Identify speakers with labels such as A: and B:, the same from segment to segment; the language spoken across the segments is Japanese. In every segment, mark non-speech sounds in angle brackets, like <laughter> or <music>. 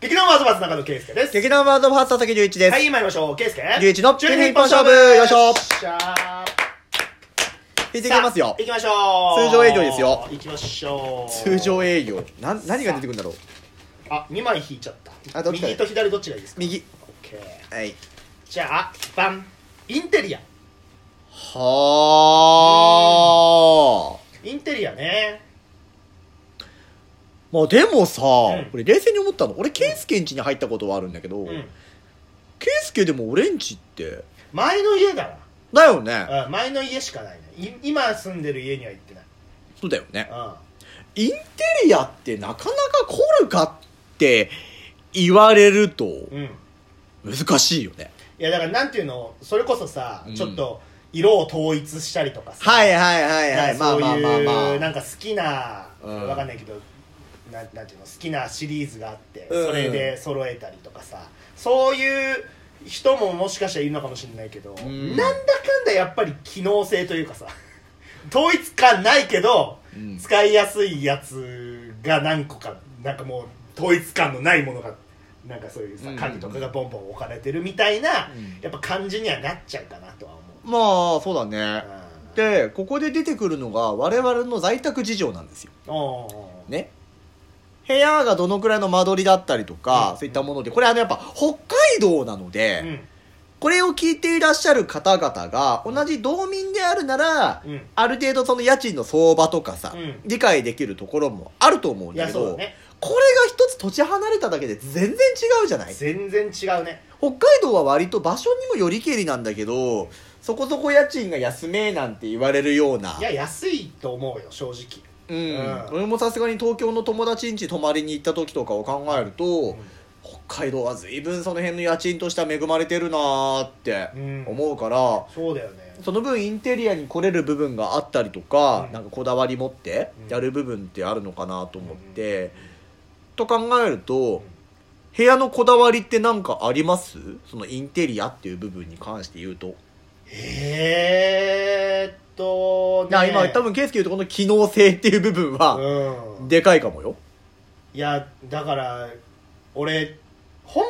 A: 劇団ワードバーズ中野圭介です。
B: 劇団ワードバース佐々木隆一です。
A: はい、参りましょう。圭介。
B: 隆一の
A: 中日一本勝負。しゃー。
B: 引いていきますよ
A: さあ。行きましょう。
B: 通常営業ですよ
A: 行きましょう。
B: 通常営業。な、何が出てくるんだろう
A: あ、2枚引いちゃった。
B: あどっちだよ
A: 右と左どっちがいいですか
B: 右。
A: オッケー。
B: はい。
A: じゃあ、バン。インテリア。
B: はあ。
A: インテリアね。
B: まあでもさ、
A: ん
B: 俺冷静に思ったの。俺、ケイスケん家に入ったことはあるんだけど、
A: うん。
B: ケイスケでも俺ん家って、
A: 前の家だ
B: だよね。
A: な。うん、前の家しかないね。い今住んでる家には行ってない。
B: そうだよね。
A: うん。
B: インテリアってなかなか来るかって言われると、
A: うん、い
B: 難しいよね。
A: やだからなんていうのそれこそさ、
B: うん
A: ちょっと色を統一したりとかさ
B: はいはいはいは
A: な
B: い。まあ
A: んか
B: まあ
A: そういう
B: まあまあ。
A: なんか好きな、
B: うん
A: わかんないけどなんなんていうの好きなシリーズがあって、
B: うん
A: それで揃えたりとかさそういう人ももしかしたらいるのかもしれないけど、
B: ん
A: なんだかんだやっぱり機能性というかさ <laughs> 統一感ないけど、
B: うん
A: 使いやすいやつが何個かなんかもう統一感のないものがなんかそういうさ
B: うん
A: 家具とかがボンボン置かれてるみたいな、
B: うん
A: やっぱ感じにはなっちゃうかなとは思う。
B: まあ、そうだね。
A: うん
B: でここで出てくるのが我々の在宅事情なんですよ
A: おうおうおう
B: ね部屋がどのくらいの間取りだったりとか、
A: うん
B: そういったものでこれあのやっぱ北海道なので、
A: う
B: これを聞いていらっしゃる方々が同じ道民であるなら、
A: ん、うん、
B: ある程度その家賃の相場とかさ、
A: うん
B: 理解できるところもあると思うん
A: い
B: だ
A: や
B: け
A: そう
B: ど、
A: だね
B: これが一つ土地離れただけで全然違うじゃない
A: 全然違うね
B: 北海道は割と場所にもよりけりなんだけどそこそこ家賃が安めなんて言われるようない
A: や安いと思うよ正直
B: うん
A: うん
B: 俺もさすがに東京の友達ん家泊まりに行った時とかを考えると、北海道は随分その辺の家賃としては恵まれてるなーって
A: うん
B: 思うから、
A: そうだよね
B: その分インテリアに来れる部分があったりとか、
A: うん
B: なんかこだわり持って
A: うん
B: やる部分ってあるのかなと思って、と考えると部屋のこだわりってなんかありますそのインテリアっていう部分に関して言うと、
A: えーっとね
B: いや今多分圭介言うとこの機能性っていう部分は
A: うん
B: でかいかもよ、
A: いやだから俺本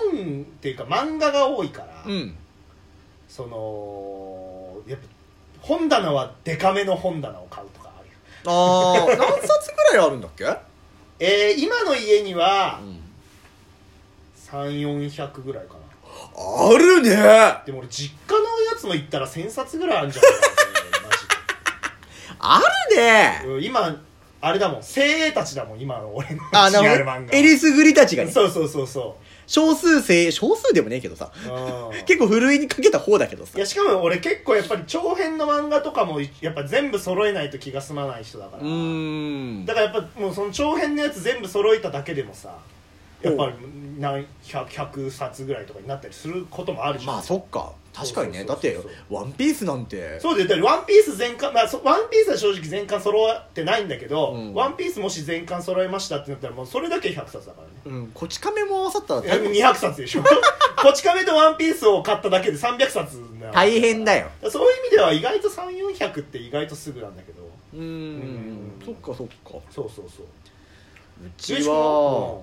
A: っていうか漫画が多いから、
B: うん、
A: そのやっぱ本棚はデカめの本棚を買うとかあるよ
B: ああ何冊ぐらいあるんだっけ、う
A: えー、今の家には
B: ん、
A: 3400ぐらいかな
B: あるね
A: でも俺実家のやつも行ったら1000冊ぐらいあるんじゃないかなマジで
B: あるね
A: うん今あれだもん精鋭たちだもん今の俺の
B: あな
A: 違
B: る
A: う
B: ほ
A: 漫
B: どエリスグリたちが
A: 画
B: ね
A: そうそうそうそ
B: 少数生少数でもねえけどさ
A: う、うん、
B: 結構ふるいにか <laughs> けた方だけど
A: い
B: さ
A: やしかも俺結構やっぱり長編の漫画とかもやっぱ全部揃えないと気が済まない人だか
B: う
A: ら
B: ーん
A: だからやっぱもうその長編のやつ全部揃えただけでもさやっぱり何 100, 100冊ぐらいとかになったりすることもあるじゃん、
B: まあそっか確かにね
A: そ
B: だ
A: う
B: っ
A: そうそう
B: て
A: そう
B: 「ワンピースなんて
A: そうでだからワンピース全巻、まあ、そワンピースは正直全巻揃ってないんだけど、
B: うん
A: ワンピースもし全巻揃えましたってなったらもうそれだけ100冊だからね
B: うんこち亀も合わさったら大変
A: 200冊で
B: <laughs>
A: しょこち亀とワンピースを買っただけで300冊なわけ
B: 大変だよ
A: そういう意味では意外と3400って意外とすぐなんだけど
B: うーん
A: うん
B: そっかそっか
A: そうそうそう
B: うちは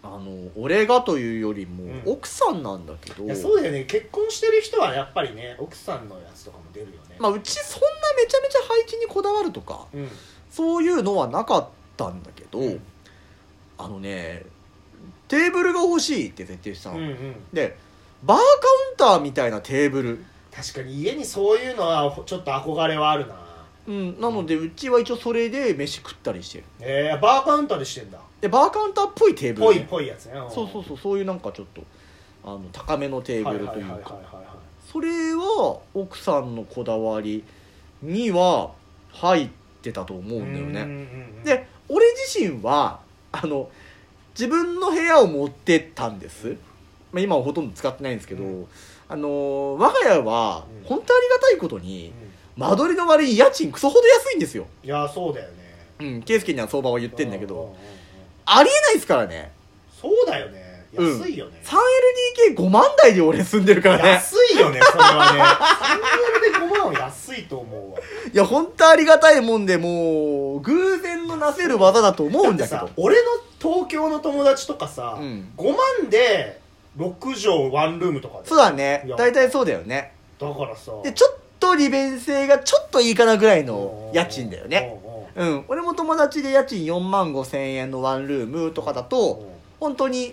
B: あの俺がというよりも
A: うん
B: 奥さんなんだけど
A: うんいやそうだよね結婚してる人はやっぱりね奥さんのやつとかも出るよね、
B: まあうちそんなめちゃめちゃ配置にこだわるとか
A: うん
B: そういうのはなかったんだけど、
A: うん
B: あのねテーブルが欲しいって設定したの、
A: うんうん
B: でバーカウンターみたいなテーブル、
A: 確かに家にそういうのはちょっと憧れはあるな
B: うん、なのでうちは一応それで飯食ったりしてる
A: えー、バーカウンターでしてんだ
B: でバーカウンターっぽいテーブ
A: ぽ
B: ル
A: い
B: ね、
A: ぽいやつね
B: そうそう
A: う
B: そうそういうなんかちょっとあの高めのテー
A: はい
B: ブ
A: はい
B: ル
A: はいは
B: という
A: い
B: か
A: は
B: それは奥さんのこだわりには入ってたと思
A: い
B: うんだよね、
A: うんうんうん
B: で俺自身はあの自分の部屋を持ってったんです、まあ、今はほとんど使ってないんですけど、
A: う
B: あのー我が家は
A: うん
B: 本当ありがたいこと
A: う
B: に
A: ん
B: 間取りの割に家賃クソほど安いんですよ
A: いやそうだよね
B: うん圭介には相場は言ってんだ
A: う
B: け
A: う
B: ど
A: ううん
B: ありえないですからね
A: そうだよね
B: うん
A: 安いよね、
B: 3LDK5 万台で俺住んでるからね
A: 安いよねそれはね 3L で5万は安いと思うわ
B: いや本当ありがたいもんでもう偶然のなせる技だと思うんだけ
A: って
B: ど
A: さ俺の東京の友達とかさ、
B: うん
A: 5万で6畳ワンルームとかで
B: そうだね
A: いや
B: 大体そうだよね
A: だからさ
B: でちょっと利便性がちょっといいかなぐらいの家賃だよね
A: うんうんうん
B: うん俺も友達で家賃4万5千円のワンルームとかだと本当に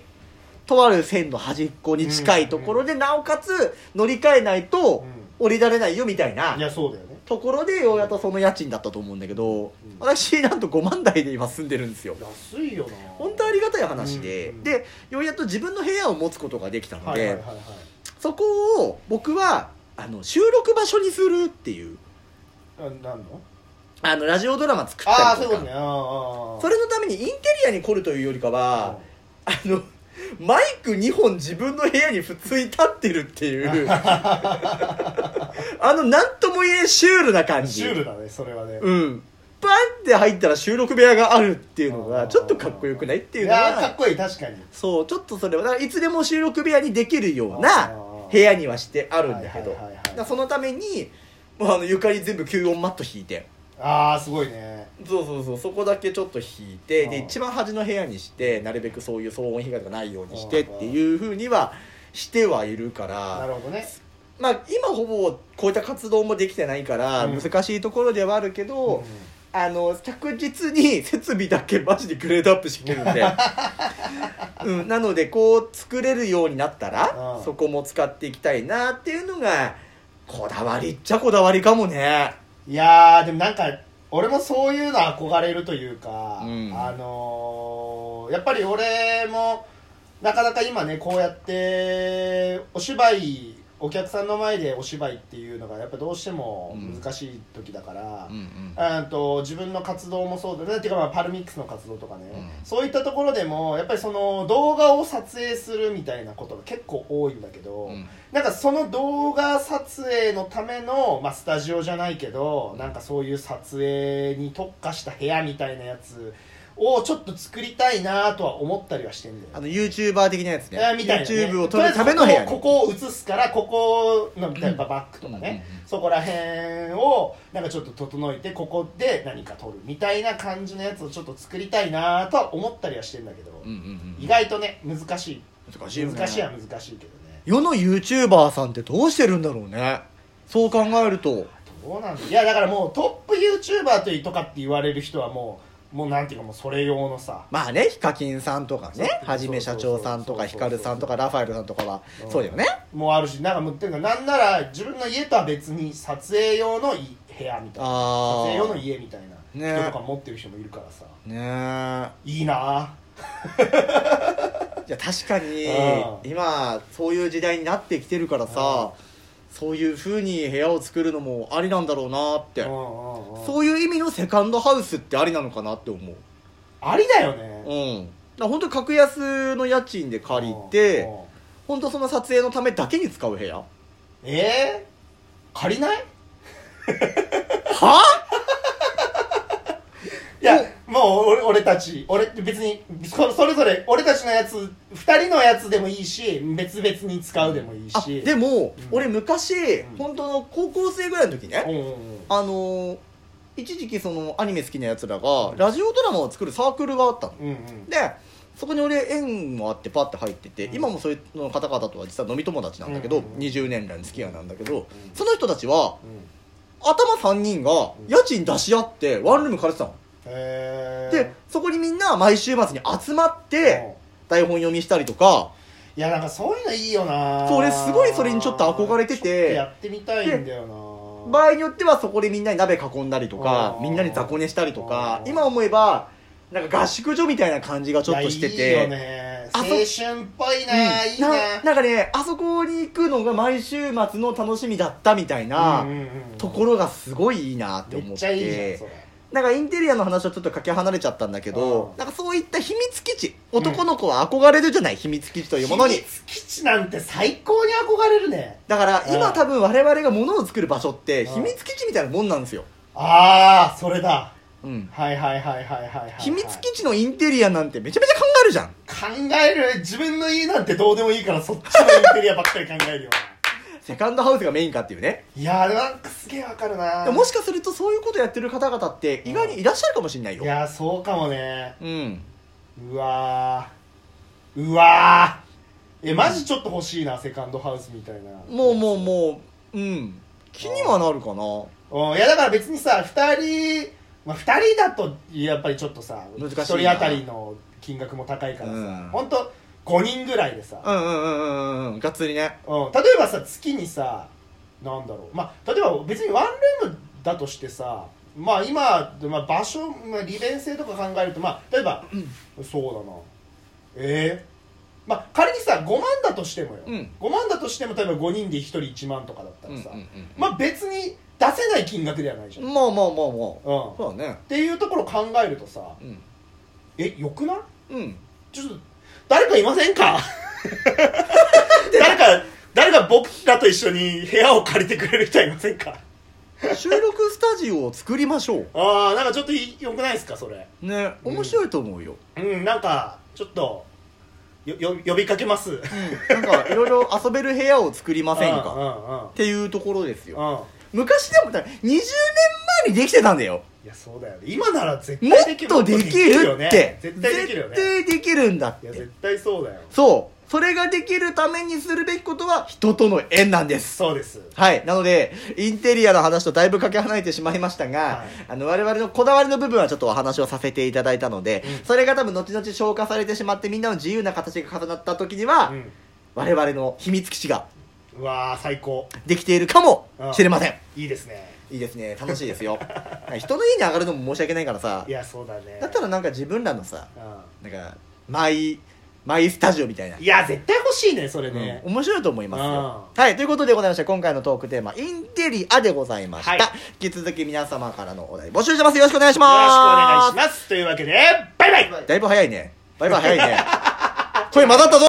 B: とある線の端っこに近いところでなおかつ乗り換えないと降りられないよみたいない
A: やそうだよね
B: ところでようやっとその家賃だったと思うんだけ
A: う
B: ど
A: ん
B: 私なんと5万台で今住んでるんですよ
A: 安いよな
B: 本当ありがたい話で、
A: うん
B: でようやっと自分の部屋を持つことができたの
A: はい
B: で、
A: はいはいはい
B: そこを僕はあの収録場所にするっていう
A: あなんの
B: あのラジオドラマ作ったりとか
A: ああそういうことねあーあーあー
B: それのためにインテリアに凝るというよりかは、あのマイク2本自分の部屋に普通に立ってるっていう
A: <laughs>
B: あの何とも言えシュールな感じ
A: シュールだねそれはね
B: うんバンって入ったら収録部屋があるっていうの
A: あ
B: が
A: ー
B: ちょっとかっこよくないっていうの
A: いやーかっ
B: が
A: こいい確かに
B: そうちょっとそれはだからいつでも収録部屋にできるよう
A: あ
B: な
A: ー
B: 部屋にはしてあるんだけど
A: はいはいはいはい
B: だからそのためにもうあの床に全部吸音マット引いて
A: ああすごいね
B: そうそうそうそこだけちょっと引いてで
A: うん
B: 一番端の部屋にしてなるべくそういう騒音被害がないようにしてっていうふうにはしてはいるか
A: な
B: ら
A: るほどね
B: まあ今ほぼこういった活動もできてないから
A: うん
B: 難しいところではあるけど、
A: うん
B: あの着実に設備だけマジでグレードアップしてるん
A: <laughs>
B: で、うん、なのでこう作れるようになったら
A: うん
B: そこも使っていきたいなっていうのがこだわりっちゃこだわりかもね
A: いやーでもなんか俺もそういうの憧れるというか、
B: うん
A: あのーやっぱり俺もなかなか今ねこうやってお芝居お客さんの前でお芝居っていうのがやっぱどうしても難しい時だから、あーと自分の活動もそうだねっていうかまあパルミックスの活動とかね、
B: うん
A: そういったところでもやっぱりその動画を撮影するみたいなことが結構多いんだけど、なんかその動画撮影のための、まあ、スタジオじゃないけどなんかそういう撮影に特化した部屋みたいなやつをちょっと作りたいなとは思ったりはしてんだよ
B: あの YouTuber 的なやつね
A: えーみたいな、ね、
B: YouTube を撮るための部
A: とりあ
B: 屋に
A: えずここここを映すからここのやっぱバックとかね、
B: うんうん
A: そこら辺をなんかちょっと整えてここで何か撮るみたいな感じのやつをちょっと作りたいなとは思ったりはしてんだけど、
B: うんうんう
A: 意
B: ん
A: 外とね難しい
B: 難しいよね
A: 難しいは難しいけどね
B: 世の YouTuber さんってどうしてるんだろうねそう考えると
A: どうなんだいやだからもうトップ YouTuber というとかって言われる人はもうもうなんていうかもうそれ用のさ
B: まあねヒカキンさんとかね
A: そう
B: はじめ社長さん
A: そ
B: とか
A: うそうそうそう
B: ヒカルさんとかラファエルさんとかは
A: うん
B: そうだよね
A: もうあるしなんかもうっていうかなんなら自分の家とは別に撮影用のい部屋みたいな撮
B: あ
A: 影用の
B: あ
A: 家みたい
B: ね
A: な人とか持ってる人もいるからさ、
B: ねえ
A: いいな
B: じゃ確かに
A: うん
B: 今そういう時代になってきてるからさそういう風に部屋を作るのもありなんだろうなって
A: うんうんうん
B: そういう意味のセカンドハウスってありなのかなって思う
A: ありだよね
B: うんだから本当格安の家賃で借り
A: うんう
B: て
A: ん
B: 本当その撮影のためだけに使う部屋は
A: えー、借りない
B: あ
A: いやもう俺俺たち俺別にそそれぞれ俺たちのやつ2人のやつでもいいし別々に使うでもいい
B: あ
A: し
B: でも
A: うん
B: 俺昔
A: うん
B: 本当の高校生ぐらいの時
A: う
B: ね
A: んうんうん
B: あのー一時期そのアニメ好きなやつらが
A: うん
B: ラジオドラマを作るサークルがあったの
A: うんうん
B: でそこに俺縁もあってパッて入ってて、
A: うん
B: 今もそういうの方々とは実は飲み友達なんだけど、
A: うんうんうん
B: 20年来の付き合いなんだけど、
A: ん
B: その人たちは
A: うん
B: 頭3人が
A: うん
B: 家賃出し合ってワンルーム借りてたの、
A: へー
B: でそこにみんな毎週末に集まって台本読みしたりとか
A: いやなんかそういうのいいよな
B: そう俺すごいそれにちょっと憧れてて
A: ちょっとやってみたいんだよな
B: 場合によってはそこでみんなに鍋囲んだりとか
A: うん
B: みんなに雑魚寝したりとか
A: うん
B: 今思えばなんか合宿所みたいな感じがちょっとしてて
A: いやいいよね
B: あ
A: 青
B: そ
A: 春っぽいな、
B: うん
A: いいな
B: ななんかねあそこに行くのが毎週末の楽しみだったみたいな、
A: うんうんうん
B: ところがすごいいいなって
A: め
B: 思
A: っ
B: っ
A: ちゃいいじゃん
B: て
A: それ
B: なんかインテリアの話はちょっとかけ離れちゃったんだけど
A: うん
B: なんかそういった秘密基地男の子は憧れるじゃない、秘密基地というものに
A: 秘密基地なんて最高に憧れるね
B: だから今
A: うん
B: 多分我々が物を作る場所って
A: うん
B: 秘密基地みたいなもんなんですよ、
A: ああそれだ
B: うん、
A: はいはいはいはいはいはい、
B: 秘密基地のインテリアなんてめちゃめちゃ考えるじゃん
A: 考える自分の家なんてどうでもいいからそっちのインテリアばっかり考えるよな
B: セカンドハウスがメインかっていうね
A: いやーなんかすげえわかるな
B: でももしかするとそういうことやってる方々って意外にいらっしゃるかもしれないよ
A: いやーそうかもね
B: うん
A: うわーうわーえマジちょっと欲しいな、セカンドハウスみたいな
B: もうもうもううん気にはなるかな
A: うんいやだから別にさ2人、まあ、2人だとやっぱりちょっとさ
B: 難しいな
A: 1人当たりの金額も高いからさ、
B: うん
A: ほんと5人ぐらいでさ、
B: うんうんうんうんうんがっつりね
A: うん、例えばさ月にさなんだろうまあ例えば別にワンルームだとしてさまあ今、まあ、場所、まあ、利便性とか考えるとまあ例えば、そうだなええまあ仮にさ5万だとしてもよ、
B: うん
A: 5万だとしても例えば5人で1人1万とかだったらさ、
B: うんうんうん
A: まあ別に出せない金額ではないじゃん、うん、っ
B: まあまあまあまあそうだね
A: ていうところを考えるとさ
B: うん
A: えよくない
B: うん
A: ちょっと誰かいません
B: <laughs>
A: か誰か誰か僕らと一緒に部屋を借りてくれる人はいませんか
B: 収録スタジオを作りましょう
A: ああなんかちょっといよくないですかそれ
B: ね面白いと思うよ、
A: うんなんかちょっとよよ呼びかけます
B: うん、なんかいろいろ遊べる部屋を作りませんかっ
A: う
B: ていうところです
A: んう
B: よ
A: んうんうん
B: 昔でもだ20年前にできてたんだよ
A: いやそうだよね今なら絶
B: もっ
A: 対できる
B: とでき
A: も
B: る
A: よ
B: っ
A: ね
B: て
A: 絶対できるよね
B: 絶対できるんだっ
A: いや
B: て
A: 絶対そうだよ
B: そうそれができるためにするべきことは人との縁なんです
A: そうです
B: はい。なので、インテリアの話とだいぶかけ離れてしまいましたが、
A: はい
B: あの、我々のこだわりの部分はちょっとお話をさせていただいたので、それが多分後々消化されてしまってみんなの自由な形が重なった時には、
A: うん
B: 我々の秘密基地が
A: うわー最高
B: できているかもしれません。
A: いいですね
B: いいですね。楽しいですよ。 <laughs> 人の家に上がるのも申し訳ないからさ
A: い、やそうだね
B: だったらなんか自分らのさ、
A: う
B: なんか、マイ、マイスタジオみたいな。
A: んいや絶対欲しいねそれね
B: うん面白いと思いますよ。はい、ということでございまして、今回のトークテーマ、インテリアでございました。
A: はい
B: 引き続き皆様からのお題募集してます。よろしくお願いし
A: よろしくお
B: ます。
A: 願いしますというわけでバイバイ
B: だいぶ早いね。バイバイ早いね。声混ざったぞ